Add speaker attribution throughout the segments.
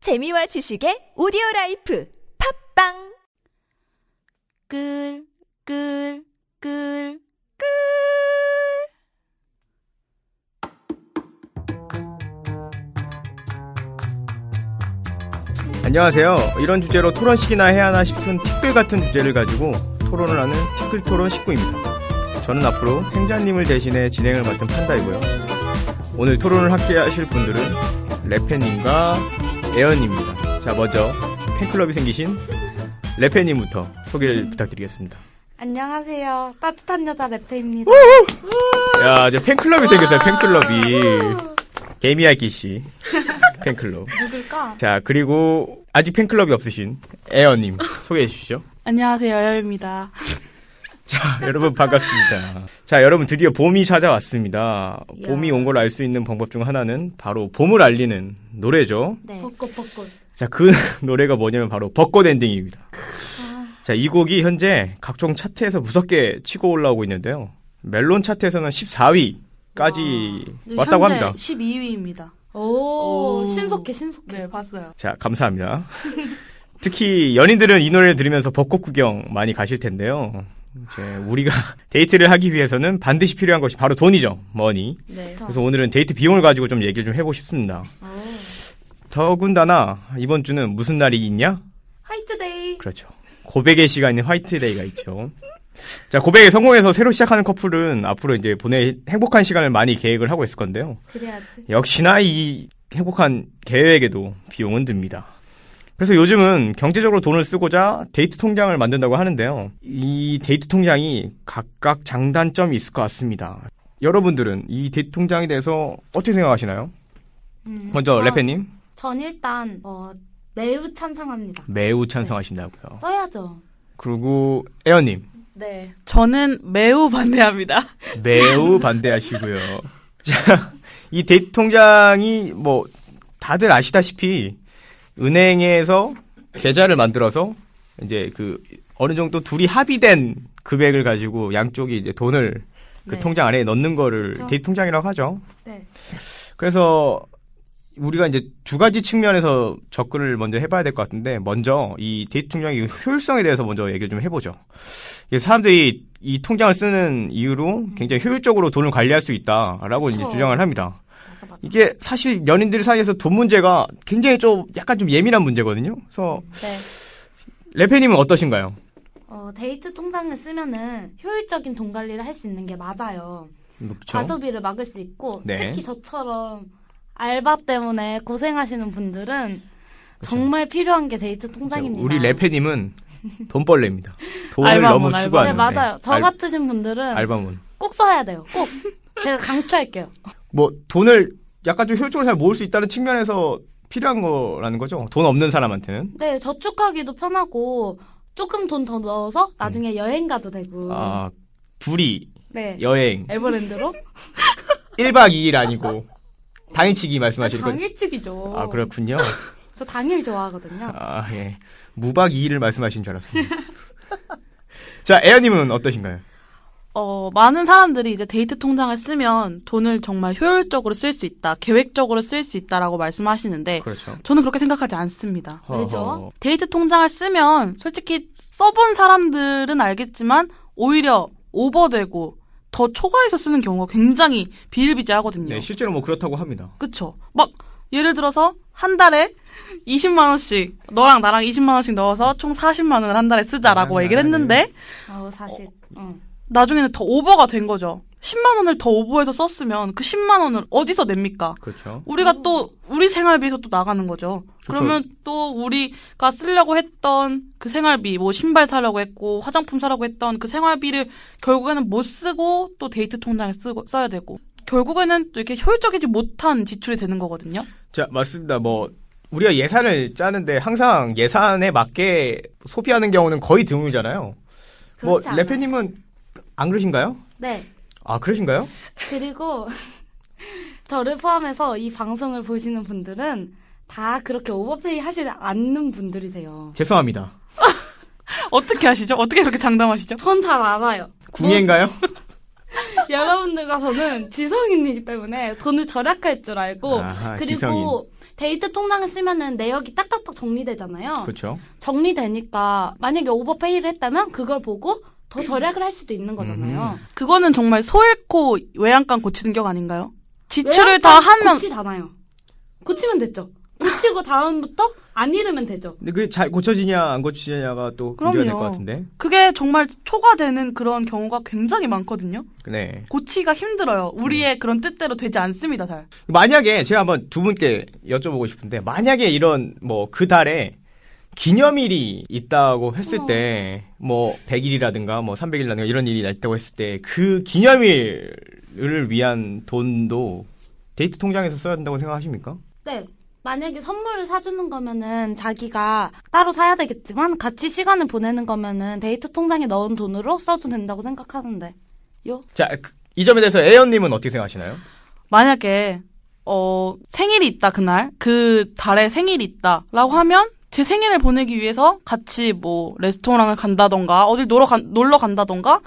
Speaker 1: 재미와 지식의 오디오 라이프 팝빵
Speaker 2: 끌, 끌, 끌, 끌.
Speaker 3: 안녕하세요. 이런 주제로 토론식이나 해야 하나 싶은 티끌 같은 주제를 가지고 토론을 하는 티끌 토론 식구입니다. 저는 앞으로 행자님을 대신해 진행을 맡은 판다이고요. 오늘 토론을 함께 하실 분들은 레페님과 에어님입니다. 자, 먼저 팬클럽이 생기신 레페님부터 소개를 부탁드리겠습니다.
Speaker 2: 안녕하세요. 따뜻한 여자 레페입니다.
Speaker 3: 야, 이제 팬클럽이 생겼어요, 팬클럽이. 개미야기 씨. 팬클럽.
Speaker 2: 누굴까?
Speaker 3: 자, 그리고 아직 팬클럽이 없으신 에어님 소개해 주시죠.
Speaker 2: 안녕하세요. 여유입니다.
Speaker 3: 자, 여러분 반갑습니다. 자, 여러분 드디어 봄이 찾아왔습니다.
Speaker 2: 이야.
Speaker 3: 봄이 온 걸 알 수 있는 방법 중 하나는 바로 봄을 알리는 노래죠.
Speaker 2: 네.
Speaker 4: 벚꽃 벚꽃
Speaker 3: 자, 그 노래가 뭐냐면 바로 벚꽃 엔딩입니다.
Speaker 2: 아.
Speaker 3: 자, 이 곡이 현재 각종 차트에서 무섭게 치고 올라오고 있는데요. 멜론 차트에서는 14위까지
Speaker 5: 네,
Speaker 3: 왔다고 합니다.
Speaker 2: 12위입니다.
Speaker 4: 오,
Speaker 2: 오.
Speaker 4: 신속해 신속해
Speaker 2: 네, 봤어요.
Speaker 3: 자, 감사합니다. 특히 연인들은 이 노래를 들으면서 벚꽃 구경 많이 가실 텐데요. 이제 우리가 데이트를 하기 위해서는 반드시 필요한 것이 바로 돈이죠. 머니.
Speaker 2: 네.
Speaker 3: 그래서 오늘은 데이트 비용을 가지고 좀 얘기를 좀 해보고 싶습니다. 더군다나 이번 주는 무슨 날이 있냐?
Speaker 4: 화이트데이
Speaker 3: 그렇죠. 고백의 시간인 화이트데이가 있죠. 자, 고백에 성공해서 새로 시작하는 커플은 앞으로 이제 보낼 행복한 시간을 많이 계획을 하고 있을 건데요.
Speaker 4: 그래야지
Speaker 3: 역시나 이 행복한 계획에도 비용은 듭니다. 그래서 요즘은 경제적으로 돈을 쓰고자 데이트 통장을 만든다고 하는데요. 이 데이트 통장이 각각 장단점이 있을 것 같습니다. 여러분들은 이 데이트 통장에 대해서 어떻게 생각하시나요? 먼저
Speaker 4: 음. 전-
Speaker 3: 레페님
Speaker 4: 전 일단 어, 매우 찬성합니다
Speaker 3: 매우 찬성하신다고요.
Speaker 4: 써야죠
Speaker 3: 그리고 에어님
Speaker 2: 네. 저는 매우 반대합니다.
Speaker 3: 매우 반대하시고요. 자, 이 데이트 통장이 뭐 다들 아시다시피 은행에서 계좌를 만들어서 이제 그 어느 정도 둘이 합의된 금액을 가지고 양쪽이 이제 돈을 그
Speaker 2: 네.
Speaker 3: 통장 안에 넣는 거를
Speaker 4: 그렇죠.
Speaker 3: 데이트 통장이라고 하죠.
Speaker 2: 네.
Speaker 3: 그래서 우리가 이제 두 가지 측면에서 접근을 먼저 해봐야 될 것 같은데 먼저 이 데이트 통장의 효율성에 대해서 먼저 얘기를 좀 해보죠. 이게 사람들이 이 통장을 쓰는 이유로 굉장히 효율적으로 돈을 관리할 수 있다라고 이제
Speaker 4: 그쵸.
Speaker 3: 주장을 합니다.
Speaker 4: 맞아 맞아
Speaker 3: 이게 사실 연인들 사이에서 돈 문제가 굉장히 좀 약간 좀 예민한 문제거든요. 그래서
Speaker 4: 네.
Speaker 3: 레페님은 어떠신가요?
Speaker 4: 어, 데이트 통장을 쓰면은 효율적인 돈 관리를 할 수 있는 게 맞아요
Speaker 3: 그렇죠.
Speaker 4: 과소비를 막을 수 있고
Speaker 3: 네.
Speaker 4: 특히 저처럼 알바 때문에 고생하시는 분들은
Speaker 3: 그쵸.
Speaker 4: 정말 필요한 게 데이트 통장입니다
Speaker 3: 우리 레페님은 돈벌레입니다. 돈을
Speaker 2: 알바몬,
Speaker 3: 너무
Speaker 2: 알바몬.
Speaker 4: 네
Speaker 3: 추구하는
Speaker 4: 맞아요 저
Speaker 3: 알-
Speaker 4: 같으신 분들은
Speaker 3: 알바몬.
Speaker 4: 꼭 써야 돼요 꼭 제가 강추할게요
Speaker 3: 뭐 돈을 약간 좀 효율적으로 잘 모을 수 있다는 측면에서 필요한 거라는 거죠. 돈 없는 사람한테는.
Speaker 4: 네, 저축하기도 편하고 조금 돈 더 넣어서 나중에 여행 가도 되고.
Speaker 3: 음. 아, 둘이
Speaker 2: 네.
Speaker 3: 여행
Speaker 2: 에버랜드로?
Speaker 3: 1박 2일 아니고 당일치기 그 말씀하실 거.
Speaker 4: 당일치기죠.
Speaker 3: 아, 그렇군요.
Speaker 4: 저 당일 좋아하거든요.
Speaker 3: 아, 예. 무박 2일을 말씀하신 줄 알았습니다. 자, 에어 님은 어떠신가요?
Speaker 5: 어, 많은 사람들이 이제 데이트 통장을 쓰면 돈을 정말 효율적으로 쓸 수 있다, 계획적으로 쓸 수 있다라고 말씀하시는데
Speaker 3: 그렇죠.
Speaker 5: 저는 그렇게 생각하지 않습니다.
Speaker 4: 왜죠?
Speaker 5: 데이트 통장을 쓰면 솔직히 써본 사람들은 알겠지만 오히려 오버되고 더 초과해서 쓰는 경우가 굉장히 비일비재하거든요.
Speaker 3: 네, 실제로 뭐 그렇다고 합니다.
Speaker 5: 그쵸? 막 예를 들어서 한 달에 20만 원씩 너랑 나랑 20만 원씩 넣어서 총 40만 원을 한 달에 쓰자라고
Speaker 3: 나랑
Speaker 5: 얘기를 했는데
Speaker 4: 어, 사실. 응.
Speaker 5: 나중에는 더 오버가 된 거죠. 10만 원을 더 오버해서 썼으면 그 10만 원을 어디서 냅니까?
Speaker 3: 그렇죠.
Speaker 5: 우리가
Speaker 4: 음.
Speaker 5: 또 우리 생활비에서 또 나가는 거죠. 그러면 또 우리가 쓰려고 했던 그 생활비, 뭐 신발 사려고 했고 화장품 사려고 했던 그 생활비를 결국에는 못 쓰고 또 데이트 통장에 쓰고 써야 되고 결국에는 또 이렇게 효율적이지 못한 지출이 되는 거거든요.
Speaker 3: 자, 맞습니다. 뭐 우리가 예산을 짜는데 항상 예산에 맞게 소비하는 경우는 거의 드물잖아요. 뭐
Speaker 4: 그렇지 않아요.
Speaker 3: 레페 님은 안 그러신가요?
Speaker 4: 네.
Speaker 3: 아, 그러신가요?
Speaker 4: 그리고 저를 포함해서 이 방송을 보시는 분들은 다 그렇게 오버페이 하시지 않는 분들이세요.
Speaker 3: 죄송합니다.
Speaker 5: 어떻게 아시죠? 어떻게 그렇게 장담하시죠?
Speaker 4: 전 잘 알아요. 뭐,
Speaker 3: 궁예인가요?
Speaker 4: 여러분들과 저는 지성인이기 때문에 돈을 절약할 줄 알고
Speaker 3: 아하,
Speaker 4: 그리고
Speaker 3: 지성인.
Speaker 4: 데이트 통장을 쓰면은 내역이 딱딱딱 정리되잖아요.
Speaker 3: 그렇죠.
Speaker 4: 정리되니까 만약에 오버페이를 했다면 그걸 보고 더 절약을 할 수도 있는
Speaker 5: 음.
Speaker 4: 거잖아요.
Speaker 5: 그거는 정말 소잃고 외양간 고치는 격 아닌가요? 지출을
Speaker 4: 외양간
Speaker 5: 다 하면
Speaker 4: 고치잖아요. 고치면 됐죠. 고치고 다음부터 안 잃으면 되죠.
Speaker 3: 근데 그게 잘 고쳐지냐 안 고쳐지냐가 또 문제가 될
Speaker 5: 그럼요.
Speaker 3: 것 같은데.
Speaker 5: 그게 정말 초과되는 그런 경우가 굉장히 많거든요.
Speaker 3: 네.
Speaker 5: 고치기가 힘들어요.
Speaker 4: 네.
Speaker 5: 우리의 그런 뜻대로 되지 않습니다, 잘.
Speaker 3: 만약에 제가 한번 두 분께 여쭤보고 싶은데 만약에 이런 뭐 그 달에 기념일이 있다고 했을
Speaker 5: 어.
Speaker 3: 때 뭐 100일이라든가 뭐 300일이라든가 이런 일이 있다고 했을 때 그 기념일을 위한 돈도 데이트 통장에서 써야 된다고 생각하십니까?
Speaker 4: 네. 만약에 선물을 사주는 거면은 자기가 따로 사야 되겠지만 같이 시간을 보내는 거면은 데이트 통장에 넣은 돈으로 써도 된다고 생각하는데. 요?
Speaker 3: 자, 그- 이 점에 대해서 에연님은 어떻게 생각하시나요?
Speaker 5: 만약에 어 생일이 있다 그날 그 달에 생일이 있다라고 하면 제 생일을 보내기 위해서 같이 뭐 레스토랑을 간다던가 어딜 놀러 간 놀러 간다던가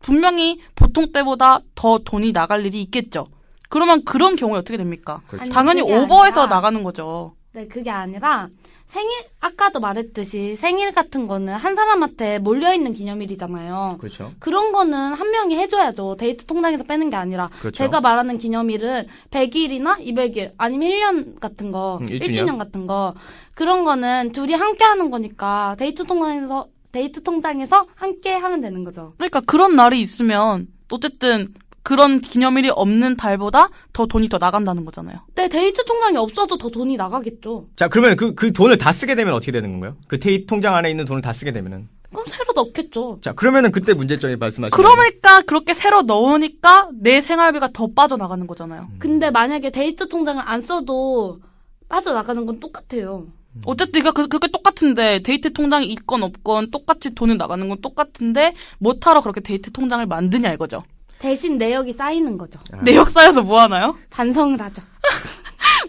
Speaker 5: 분명히 보통 때보다 더 돈이 나갈 일이 있겠죠. 그러면 그런 경우에 어떻게 됩니까?
Speaker 4: 아니,
Speaker 5: 그렇죠. 당연히
Speaker 4: 그게
Speaker 5: 오버해서
Speaker 4: 아니라-
Speaker 5: 나가는 거죠.
Speaker 4: 네, 그게 아니라 생일 아까도 말했듯이 생일 같은 거는 한 사람한테 몰려 있는 기념일이잖아요.
Speaker 3: 그렇죠.
Speaker 4: 그런 거는 한 명이 해줘야죠. 데이트 통장에서 빼는 게 아니라
Speaker 3: 그렇죠.
Speaker 4: 제가 말하는 기념일은 100일이나 200일 아니면 1년 같은 거,
Speaker 3: 음,
Speaker 4: 일
Speaker 3: 일주년.
Speaker 4: 1주년 같은 거 그런 거는 둘이 함께 하는 거니까 데이트 통장에서 데이트 통장에서 함께 하면 되는 거죠.
Speaker 5: 그러니까 그런 날이 있으면 어쨌든 그런 기념일이 없는 달보다 더 돈이 더 나간다는 거잖아요.
Speaker 4: 네, 데이트 통장이 없어도 더 돈이 나가겠죠.
Speaker 3: 자, 그러면 그, 그 돈을 다 쓰게 되면 어떻게 되는 건가요? 그 데이트 통장 안에 있는 돈을 다 쓰게 되면은.
Speaker 4: 그럼 새로 넣겠죠.
Speaker 3: 자, 그러면은 그때 문제점이 말씀하신
Speaker 5: 그러니까 그렇게 새로 넣으니까 내 생활비가 더 빠져나가는 거잖아요.
Speaker 4: 근데 만약에 데이트 통장을 안 써도 빠져나가는 건 똑같아요.
Speaker 5: 어쨌든 그러니까 그, 그게 똑같은데 데이트 통장이 있건 없건 똑같이 돈이 나가는 건 똑같은데 못하러 그렇게 데이트 통장을 만드냐 이거죠.
Speaker 4: 대신 내역이 쌓이는 거죠.
Speaker 3: 아.
Speaker 5: 내역 쌓여서 뭐 하나요?
Speaker 4: 반성을 하죠.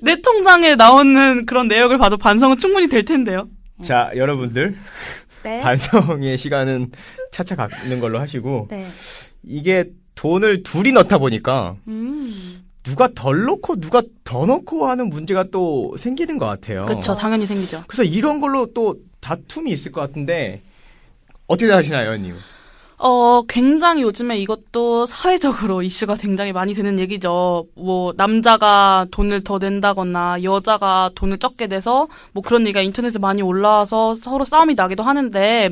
Speaker 5: 내 통장에 나오는 그런 내역을 봐도 반성은 충분히 될 텐데요.
Speaker 3: 자, 여러분들.
Speaker 4: 네.
Speaker 3: 반성의 시간은 차차 갖는 걸로 하시고
Speaker 4: 네.
Speaker 3: 이게 돈을 둘이 넣다 보니까
Speaker 4: 음.
Speaker 3: 누가 덜 넣고 누가 더 넣고 하는 문제가 또 생기는 것 같아요.
Speaker 5: 그렇죠, 당연히 생기죠.
Speaker 3: 그래서 이런 걸로 또 다툼이 있을 것 같은데 어떻게 생각하시나요, 언님?
Speaker 5: 어, 굉장히 요즘에 이것도 사회적으로 이슈가 굉장히 많이 되는 얘기죠. 뭐, 남자가 돈을 더 낸다거나, 여자가 돈을 적게 내서, 뭐 그런 얘기가 인터넷에 많이 올라와서 서로 싸움이 나기도 하는데,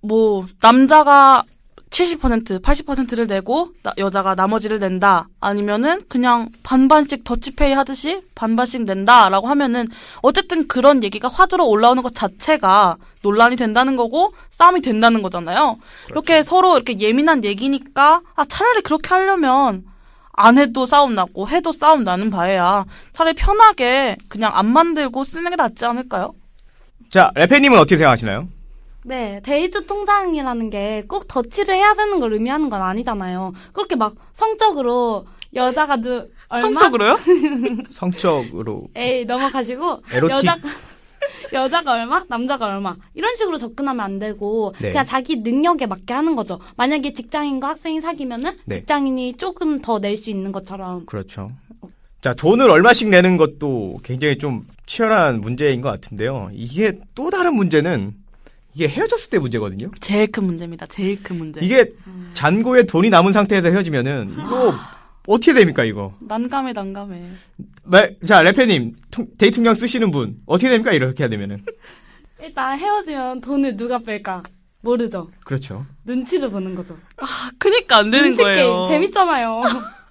Speaker 5: 뭐, 남자가 70%, 80%를 내고, 나- 여자가 나머지를 낸다. 아니면은, 그냥 반반씩 더치페이 하듯이 반반씩 낸다. 라고 하면은, 어쨌든 그런 얘기가 화두로 올라오는 것 자체가 논란이 된다는 거고, 싸움이 된다는 거잖아요. 이렇게
Speaker 3: 그렇죠.
Speaker 5: 서로 이렇게 예민한 얘기니까, 아, 차라리 그렇게 하려면, 안 해도 싸움 났고, 해도 싸움 나는 바에야, 차라리 편하게 그냥 안 만들고 쓰는 게 낫지 않을까요?
Speaker 3: 자, 레페님은 어떻게 생각하시나요?
Speaker 4: 네, 데이트 통장이라는 게 꼭 더치를 해야 되는 걸 의미하는 건 아니잖아요. 그렇게 막 성적으로 여자가 누 얼마
Speaker 5: 성적으로요?
Speaker 3: 성적으로
Speaker 4: 에이 넘어가시고
Speaker 3: 에로틱.
Speaker 4: 여자 여자가 얼마, 남자가 얼마 이런 식으로 접근하면 안 되고
Speaker 3: 네.
Speaker 4: 그냥 자기 능력에 맞게 하는 거죠. 만약에 직장인과 학생이 사귀면은
Speaker 3: 네.
Speaker 4: 직장인이 조금 더 낼 수 있는 것처럼
Speaker 3: 그렇죠. 자, 돈을 얼마씩 내는 것도 굉장히 좀 치열한 문제인 것 같은데요. 이게 또 다른 문제는 이게 헤어졌을 때 문제거든요.
Speaker 5: 제일 큰 문제입니다. 제일 큰 문제.
Speaker 4: 네.
Speaker 3: 이게 잔고에 돈이 남은 상태에서 헤어지면은 이거 어떻게 됩니까 이거?
Speaker 5: 난감해, 난감해.
Speaker 3: 말- 자 레페님 통- 데이트 통장 쓰시는 분 어떻게 됩니까 이렇게 해야 되면은
Speaker 4: 일단 헤어지면 돈을 누가 뺄까 모르죠.
Speaker 3: 그렇죠.
Speaker 4: 눈치를 보는 거죠.
Speaker 5: 아, 그니까 안 되는
Speaker 4: 눈치
Speaker 5: 거예요.
Speaker 4: 게임 재밌잖아요.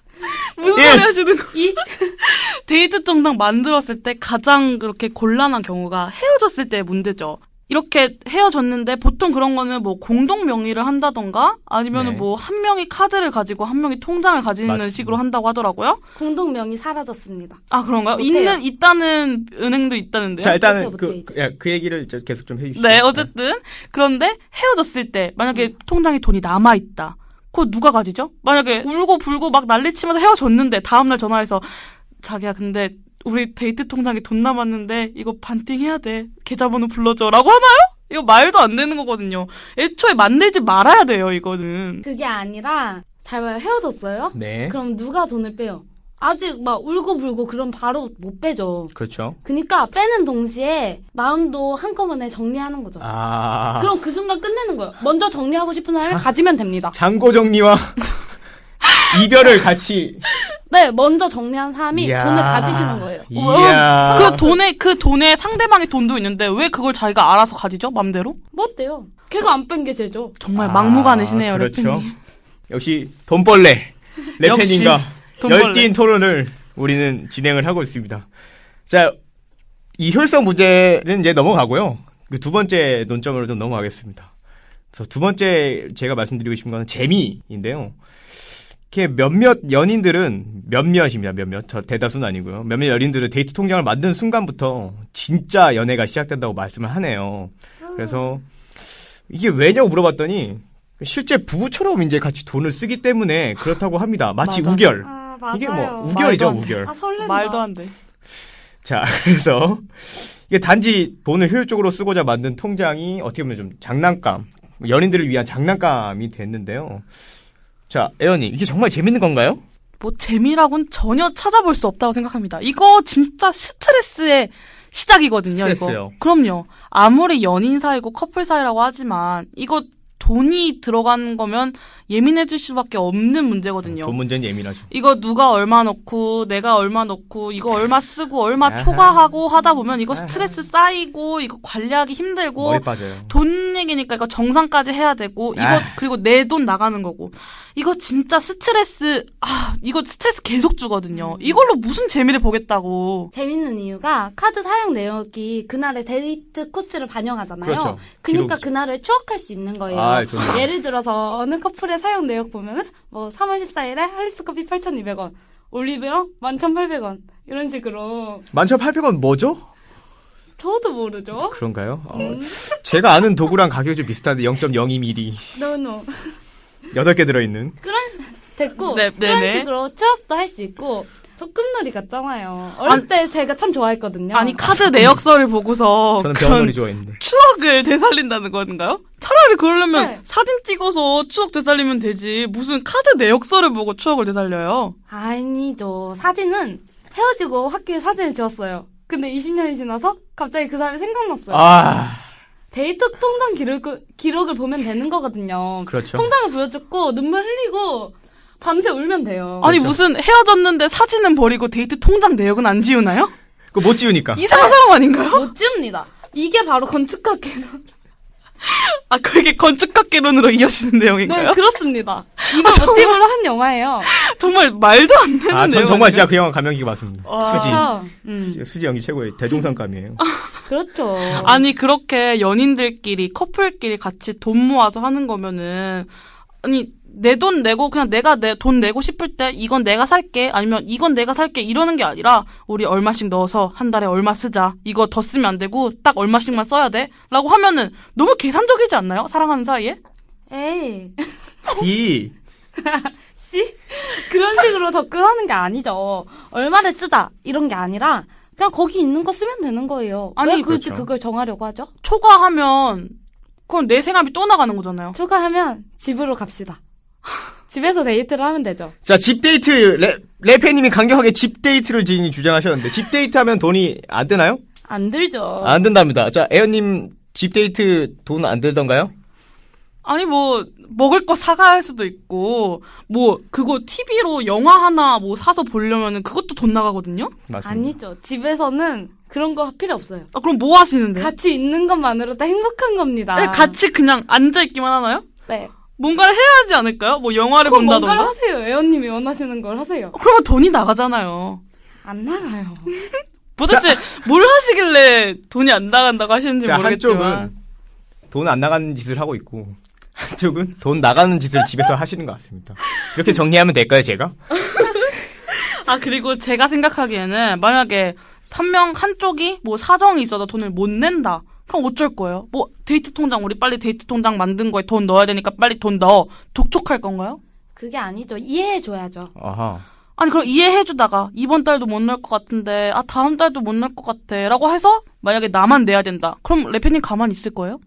Speaker 5: 무슨
Speaker 3: 예.
Speaker 5: 소리 하시는 거?
Speaker 4: 이
Speaker 5: 데이트 통장 만들었을 때 가장 그렇게 곤란한 경우가 헤어졌을 때의 문제죠. 이렇게 헤어졌는데 보통 그런 거는 뭐 공동 명의를 한다던가 아니면
Speaker 3: 네.
Speaker 5: 은 뭐 한 명이 카드를 가지고 한 명이 통장을 가지는
Speaker 3: 맞습니다.
Speaker 5: 식으로 한다고 하더라고요.
Speaker 4: 공동명이 사라졌습니다.
Speaker 5: 아 그런가요?
Speaker 4: 못해요.
Speaker 5: 있는 있다는 은행도 있다는데요.
Speaker 3: 자 일단은
Speaker 4: 그렇죠,
Speaker 3: 그,
Speaker 4: 그렇죠,
Speaker 3: 그- 예, 그 얘기를 이제 계속 좀 해주시죠.
Speaker 5: 네, 어쨌든 그런데 헤어졌을 때 만약에
Speaker 3: 음.
Speaker 5: 통장에 돈이 남아 있다. 그거 누가 가지죠? 만약에
Speaker 3: 음.
Speaker 5: 울고 불고 막 난리치면서 헤어졌는데 다음 날 전화해서 자기야 근데 우리 데이트 통장에 돈 남았는데 이거 반띵 해야 돼. 계좌번호 불러줘라고 하나요? 이거 말도 안 되는 거거든요. 애초에 만들지 말아야 돼요, 이거는.
Speaker 4: 그게 아니라 잘 봐요. 헤어졌어요?
Speaker 3: 네.
Speaker 4: 그럼 누가 돈을 빼요? 아직 막 울고불고 그럼 바로 못 빼죠.
Speaker 3: 그렇죠.
Speaker 4: 그러니까 빼는 동시에 마음도 한꺼번에 정리하는 거죠.
Speaker 3: 아.
Speaker 4: 그럼 그 순간 끝내는 거예요. 먼저 정리하고 싶은 사람을 가지면 됩니다.
Speaker 3: 장고 정리와 이별을 같이
Speaker 4: 네, 먼저 정리한 사람이
Speaker 3: 이야.
Speaker 4: 돈을 가지시는 거예요. 어,
Speaker 3: 이야.
Speaker 5: 그 돈에 그 돈에 상대방의 돈도 있는데 왜 그걸 자기가 알아서 가지죠? 맘대로?
Speaker 4: 뭐 어때요? 걔가 안 뺀 게 죄죠.
Speaker 5: 정말
Speaker 3: 아,
Speaker 5: 막무가내시네요,
Speaker 3: 그렇죠.
Speaker 5: 래프님.
Speaker 3: 역시 돈벌레 랩팬인가
Speaker 5: 돈벌레.
Speaker 3: 열띤 토론을 우리는 진행을 하고 있습니다. 자, 이 혈성 문제는 이제 넘어가고요. 그 두 번째 논점으로 좀 넘어가겠습니다. 그래서 두 번째 제가 말씀드리고 싶은 건 재미인데요. 이렇게 몇몇 연인들은 몇몇입니다. 몇몇 저 대다수는 아니고요. 몇몇 연인들은 데이트 통장을 만든 순간부터 진짜 연애가 시작된다고 말씀을 하네요. 그래서 이게 왜냐고 물어봤더니 실제 부부처럼 이제 같이 돈을 쓰기 때문에 그렇다고 합니다. 마치
Speaker 5: 맞아.
Speaker 3: 우결.
Speaker 2: 아, 맞아요.
Speaker 3: 이게 뭐 우결이죠,
Speaker 5: 말도 안
Speaker 3: 우결.
Speaker 2: 아, 설렌다.
Speaker 5: 말도 안 돼.
Speaker 3: 자, 그래서 이게 단지 돈을 효율적으로 쓰고자 만든 통장이 어떻게 보면 좀 장난감, 연인들을 위한 장난감이 됐는데요. 자, 에어님, 이게 정말 재밌는 건가요?
Speaker 5: 뭐 재미라고는 전혀 찾아볼 수 없다고 생각합니다. 이거 진짜 스트레스의 시작이거든요.
Speaker 3: 스트레스요.
Speaker 5: 이거. 그럼요. 아무리 연인 사이고 커플 사이라고 하지만 이거 돈이 들어간 거면 예민해질 수밖에 없는 문제거든요.
Speaker 3: 돈 문제는 예민하죠.
Speaker 5: 이거 누가 얼마 넣고 내가 얼마 넣고 이거 얼마 쓰고 얼마
Speaker 3: 아하.
Speaker 5: 초과하고 하다 보면 이거
Speaker 3: 아하.
Speaker 5: 스트레스 쌓이고 이거 관리하기 힘들고
Speaker 3: 머리 빠져요.
Speaker 5: 돈 얘기니까 이거 정상까지 해야 되고 이거
Speaker 3: 아.
Speaker 5: 그리고 내 돈 나가는 거고 이거 진짜 스트레스 아 이거 스트레스 계속
Speaker 4: 음.
Speaker 5: 주거든요 이걸로 무슨 재미를 보겠다고
Speaker 4: 재밌는 이유가 카드 사용 내역이 그날의 데이트 코스를 반영하잖아요.
Speaker 3: 그렇죠.
Speaker 4: 그러니까
Speaker 3: 기록이죠.
Speaker 4: 그날을 추억할 수 있는 거예요.
Speaker 3: 아, 좋네요.
Speaker 4: 예를 들어서 어느 커플의 사용 내역 보면은 뭐 3월 14일에 할리스 커피 8,200원, 올리브영 11,800원 이런 식으로
Speaker 3: 만천 800원 뭐죠?
Speaker 4: 저도 모르죠.
Speaker 3: 그런가요? 어, 제가 아는 도구랑 가격이 좀 비슷한데 0.02mm
Speaker 4: 노노.
Speaker 3: 8개 들어있는
Speaker 4: 됐고
Speaker 5: 네, 네,
Speaker 4: 그런
Speaker 5: 네.
Speaker 4: 식으로 추억도 할 수 있고 소꿉놀이 같잖아요. 어렸을 때 제가 참 좋아했거든요.
Speaker 5: 아니 카드 내역서를 보고서
Speaker 3: 저는
Speaker 5: 어, 그런
Speaker 3: 병원이 좋아했는데
Speaker 5: 추억을 되살린다는 건가요? 차라리 그러려면
Speaker 4: 네.
Speaker 5: 사진 찍어서 추억 되살리면 되지 무슨 카드 내역서를 보고 추억을 되살려요
Speaker 4: 아니죠. 사진은 헤어지고 학교에 사진을 지웠어요. 근데 20년이 지나서 갑자기 그 사람이 생각났어요.
Speaker 3: 아
Speaker 4: 데이터 통장 기록을, 기록을 보면 되는 거거든요.
Speaker 3: 그렇죠
Speaker 4: 통장을 보여줬고 눈물 흘리고 밤새 울면 돼요.
Speaker 3: 어,
Speaker 5: 아니
Speaker 3: 그렇죠.
Speaker 5: 무슨 헤어졌는데 사진은 버리고 데이트 통장 내역은 안 지우나요?
Speaker 3: 그거 못
Speaker 4: 네.
Speaker 3: 지우니까
Speaker 5: 이상한 사람 아닌가요?
Speaker 4: 못 지웁니다. 이게 바로 건축학개론.
Speaker 5: 아 그게 건축학개론으로 이어지는 내용인가요?
Speaker 4: 네, 그렇습니다. 이걸 모티브로 한 영화예요.
Speaker 5: 정말 말도 안 되는
Speaker 3: 아,
Speaker 5: 내용.
Speaker 3: 전 정말 진짜 그 영화 감명깊게 봤습니다
Speaker 5: 와.
Speaker 3: 수지
Speaker 4: 그렇죠.
Speaker 3: 수지- 수지 연기 최고의 대종상감이에요
Speaker 4: 그렇죠.
Speaker 5: 음. 아니 그렇게 연인들끼리 커플끼리 같이 돈 모아서 하는 거면은 아니 내 돈 내고 그냥 내가 내 돈 내고 싶을 때 이건 내가 살게 아니면 이건 내가 살게 이러는 게 아니라 우리 얼마씩 넣어서 한 달에 얼마 쓰자 이거 더 쓰면 안 되고 딱 얼마씩만 써야 돼라고 하면은 너무 계산적이지 않나요? 사랑하는 사이에?
Speaker 4: 에이.
Speaker 3: 이
Speaker 4: 씨? 그런 식으로 접근하는 게 아니죠. 얼마를 쓰자 이런 게 아니라 그냥 거기 있는 거 쓰면 되는 거예요.
Speaker 5: 아니, 어.
Speaker 4: 왜 굳이
Speaker 3: 그렇죠.
Speaker 4: 그걸 정하려고 하죠?
Speaker 5: 초과하면 그건 내 생활비 또 나가는 거잖아요.
Speaker 4: 추가하면 집으로 갑시다. 집에서 데이트를 하면 되죠.
Speaker 3: 자, 집 데이트, 레, 레페님이 강력하게 집 데이트를 지금 주장하셨는데, 집 데이트 하면 돈이 안 드나요?
Speaker 4: 안
Speaker 5: 어.
Speaker 4: 들죠.
Speaker 3: 안 든답니다. 자, 에어님, 집 데이트 돈 안 들던가요?
Speaker 5: 아니 뭐 먹을 거 사가 할 수도 있고 뭐 그거 TV로 영화 하나 뭐 사서 보려면은 그것도 돈 나가거든요.
Speaker 4: 아니죠. 집에서는 그런 거 필요 없어요.
Speaker 5: 아 그럼 뭐 하시는데?
Speaker 4: 같이 있는 것만으로도 행복한 겁니다.
Speaker 5: 아. 네, 같이 그냥 앉아 있기만 하나요?
Speaker 4: 네.
Speaker 5: 뭔가를 해야 하지 않을까요? 뭐 영화를
Speaker 4: 그럼 뭔가를
Speaker 5: 본다던가.
Speaker 4: 하세요. 애원님이 원하시는 걸 하세요.
Speaker 5: 어, 그러면 돈이 나가잖아요.
Speaker 4: 안 나가요.
Speaker 5: 도대체 뭘 하시길래 돈이 안 나간다고 하시는지
Speaker 3: 자,
Speaker 5: 모르겠지만
Speaker 3: 한쪽은 돈 안 나가는 짓을 하고 있고, 한쪽은 돈 나가는 짓을 집에서 하시는 것 같습니다. 이렇게 정리하면 될까요, 제가?
Speaker 5: 아 그리고 제가 생각하기에는 만약에 한 명 한쪽이 뭐 사정이 있어서 돈을 못 낸다. 그럼 어쩔 거예요? 뭐 데이트 통장 우리 빨리 데이트 통장 만든 거에 돈 넣어야 되니까 빨리 돈 넣어. 독촉할 건가요?
Speaker 4: 그게 아니죠. 이해해줘야죠.
Speaker 3: 아하.
Speaker 5: 아니 그럼 이해해주다가 이번 달도 못 넣을 것 같은데 아 다음 달도 못 넣을 것 같아라고 해서 만약에 나만 내야 된다. 그럼 레페님 가만히 있을 거예요?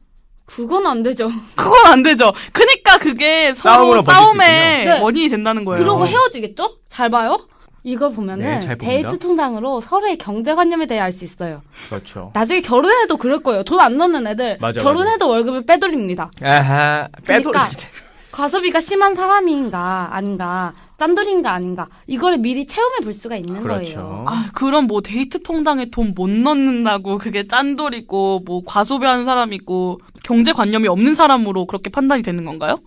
Speaker 4: 그건 안 되죠.
Speaker 5: 그건 안 되죠. 그러니까 그게 서로
Speaker 3: 싸움으로 번질 수
Speaker 5: 싸움의
Speaker 4: 있군요. 네.
Speaker 5: 원인이 된다는 거예요.
Speaker 4: 그러고 헤어지겠죠? 잘 봐요? 이걸 보면은
Speaker 3: 네, 잘 봅니다.
Speaker 4: 데이트 통장으로 서로의 경제관념에 대해 알 수 있어요.
Speaker 3: 그렇죠.
Speaker 4: 나중에 결혼해도 그럴 거예요. 돈 안 넣는 애들
Speaker 3: 맞아,
Speaker 4: 결혼해도 월급을 빼돌립니다.
Speaker 3: 아하, 빼돌리
Speaker 4: 그러니까 과소비가 심한 사람인가 아닌가 짠돌인가 아닌가 이걸 미리 체험해 볼 수가 있는 거예요.
Speaker 3: 그렇죠.
Speaker 5: 아, 그럼 뭐 데이트 통장에 돈 못 넣는다고 그게 짠돌이고 뭐 과소비하는 사람이고 경제관념이 없는 사람으로 그렇게 판단이 되는 건가요?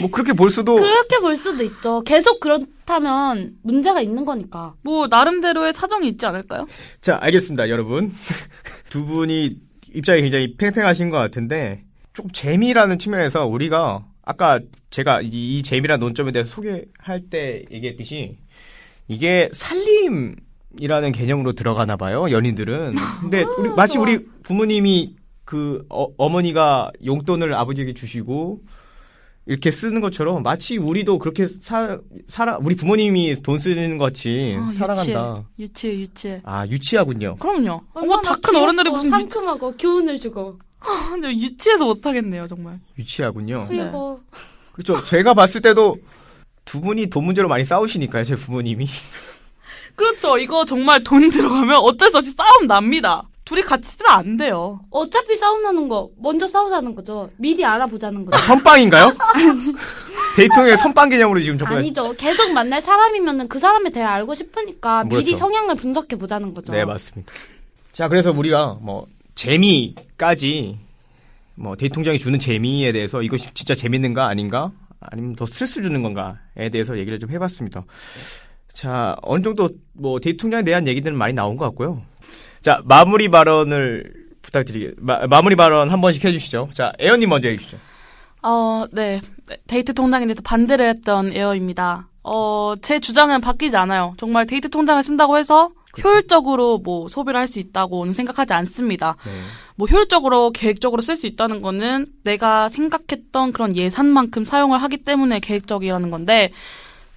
Speaker 3: 뭐 그렇게 볼 수도
Speaker 4: 그렇게 볼 수도 있죠. 계속 그렇다면 문제가 있는 거니까.
Speaker 5: 뭐 나름대로의 사정이 있지 않을까요?
Speaker 3: 자, 알겠습니다, 여러분. 두 분이 입장이 굉장히 팽팽하신 것 같은데, 조금 재미라는 측면에서 우리가, 아까 제가 이, 이 재미라는 논점에 대해서 소개할 때 얘기했듯이, 이게 살림이라는 개념으로 들어가나 봐요, 연인들은. 근데 우리, 마치 우리 부모님이 그 어, 어머니가 용돈을 아버지에게 주시고, 이렇게 쓰는 것처럼 마치 우리도 그렇게 살 살아 우리 부모님이 돈 쓰는 것 같이
Speaker 5: 아,
Speaker 3: 살아간다.
Speaker 5: 유치해, 유치해, 유치해.
Speaker 3: 아 유치하군요.
Speaker 5: 그럼요.
Speaker 4: 얼마나
Speaker 5: 뭐 다 큰 어른들이
Speaker 4: 귀엽고
Speaker 5: 무슨 유,
Speaker 4: 상큼하고 교훈을 주고
Speaker 5: 유치해서 못하겠네요, 정말.
Speaker 3: 유치하군요.
Speaker 5: 네.
Speaker 4: 그리고
Speaker 3: 그렇죠. 제가 봤을 때도 두 분이 돈 문제로 많이 싸우시니까요, 제 부모님이.
Speaker 5: 그렇죠. 이거 정말 돈 들어가면 어쩔 수 없이 싸움 납니다. 둘이 같이 있으면 안 돼요.
Speaker 4: 어차피 싸움 나는 거 먼저 싸우자는 거죠. 미리 알아보자는 거죠.
Speaker 3: 선빵인가요? 데이트의 선빵 개념으로 지금 접근하
Speaker 4: 아니죠. 계속 만날 사람이면은 그 사람에 대해 알고 싶으니까 미리
Speaker 3: 그렇죠.
Speaker 4: 성향을 분석해 보자는 거죠.
Speaker 3: 네, 맞습니다. 자, 그래서 우리가 뭐 재미까지 뭐 데이트 통장이 주는 재미에 대해서 이것이 진짜 재밌는가 아닌가? 아니면 더 스트레스 주는 건가에 대해서 얘기를 좀 해봤습니다. 자, 어느 정도 뭐 데이트 통장에 대한 얘기들은 많이 나온 것 같고요. 자, 마무리 발언을 부탁드리겠, 마, 마무리 발언 한 번씩 해주시죠. 자, 에어님 먼저 해주시죠.
Speaker 5: 어, 네. 데이트 통장에 대해서 반대를 했던 에어입니다. 어, 제 주장은 바뀌지 않아요. 정말 데이트 통장을 쓴다고 해서 효율적으로 뭐 소비를 할 수 있다고는 생각하지 않습니다.
Speaker 3: 네.
Speaker 5: 뭐 효율적으로 계획적으로 쓸 수 있다는 거는 내가 생각했던 그런 예산만큼 사용을 하기 때문에 계획적이라는 건데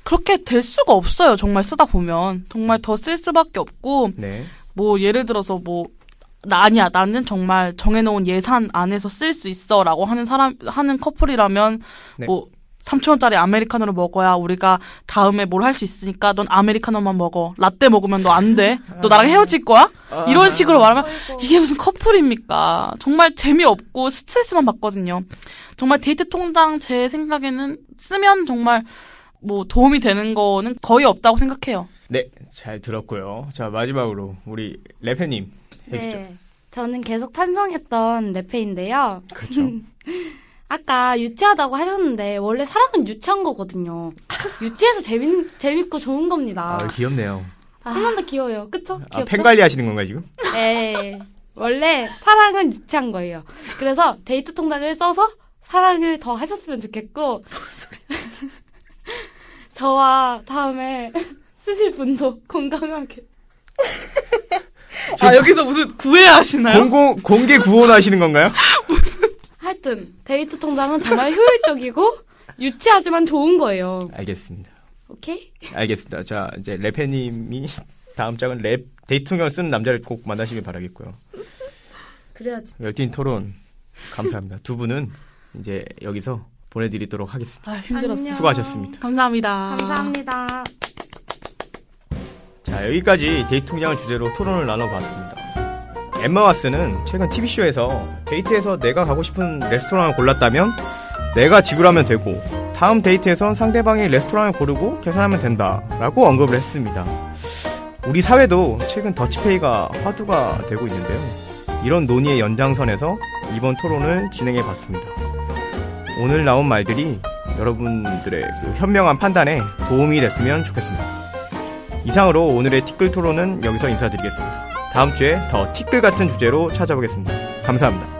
Speaker 5: 그렇게 될 수가 없어요. 정말 쓰다 보면 정말 더 쓸 수밖에 없고
Speaker 3: 네.
Speaker 5: 뭐 예를 들어서 뭐 나, 아니야 나는 정말 정해놓은 예산 안에서 쓸 수 있어라고 하는 사람 하는 커플이라면
Speaker 3: 네.
Speaker 5: 뭐 3천 원짜리 아메리카노를 먹어야 우리가 다음에 뭘 할 수 있으니까 넌 아메리카노만 먹어 라떼 먹으면 너 안 돼 너 나랑 헤어질 거야 이런 식으로 말하면 이게 무슨 커플입니까 정말 재미없고 스트레스만 받거든요 정말 데이트 통장 제 생각에는 쓰면 정말 뭐 도움이 되는 거는 거의 없다고 생각해요
Speaker 3: 네, 잘 들었고요. 자, 마지막으로 우리 레페님 해주죠.
Speaker 4: 네. 저는 계속 찬성했던 레페인데요.
Speaker 3: 그렇죠.
Speaker 4: 아까 유치하다고 하셨는데 원래 사랑은 유치한 거거든요. 유치해서 재밌 재밌고 좋은 겁니다.
Speaker 3: 아, 귀엽네요.
Speaker 4: 한 번 더 귀여워요. 그쵸? 귀엽죠?
Speaker 3: 아, 팬 관리하시는 건가요, 지금?
Speaker 4: 네. 원래 사랑은 유치한 거예요. 그래서 데이트 통장을 써서 사랑을 더 하셨으면 좋겠고. 저와 다음에 쓰실 분도 건강하게.
Speaker 5: 아 여기서 무슨 구애하시나요?
Speaker 3: 공공, 공개 구원하시는 건가요?
Speaker 4: 하여튼 데이트 통장은 정말 효율적이고 유치하지만 좋은 거예요.
Speaker 3: 알겠습니다.
Speaker 4: 오케이?
Speaker 3: 알겠습니다. 자, 이제 레페님이 다음 장은 랩, 데이트용을 쓰는 남자를 꼭 만나시길 바라겠고요.
Speaker 4: 그래야지.
Speaker 3: 열띤 토론, 감사합니다. 두 분은 이제 여기서 보내드리도록 하겠습니다.
Speaker 5: 아 힘들었어.
Speaker 4: 안녕.
Speaker 3: 수고하셨습니다.
Speaker 5: 감사합니다.
Speaker 4: 감사합니다.
Speaker 3: 자, 여기까지 데이트 통장을 주제로 토론을 나눠봤습니다. 엠마 왓슨은 최근 TV쇼에서 데이트에서 내가 가고 싶은 레스토랑을 골랐다면 내가 지불하면 되고 다음 데이트에선 상대방이 레스토랑을 고르고 계산하면 된다 라고 언급을 했습니다. 우리 사회도 최근 더치페이가 화두가 되고 있는데요. 이런 논의의 연장선에서 이번 토론을 진행해 봤습니다. 오늘 나온 말들이 여러분들의 그 현명한 판단에 도움이 됐으면 좋겠습니다. 이상으로 오늘의 티끌 토론은 여기서 인사드리겠습니다. 다음 주에 더 티끌 같은 주제로 찾아보겠습니다. 감사합니다.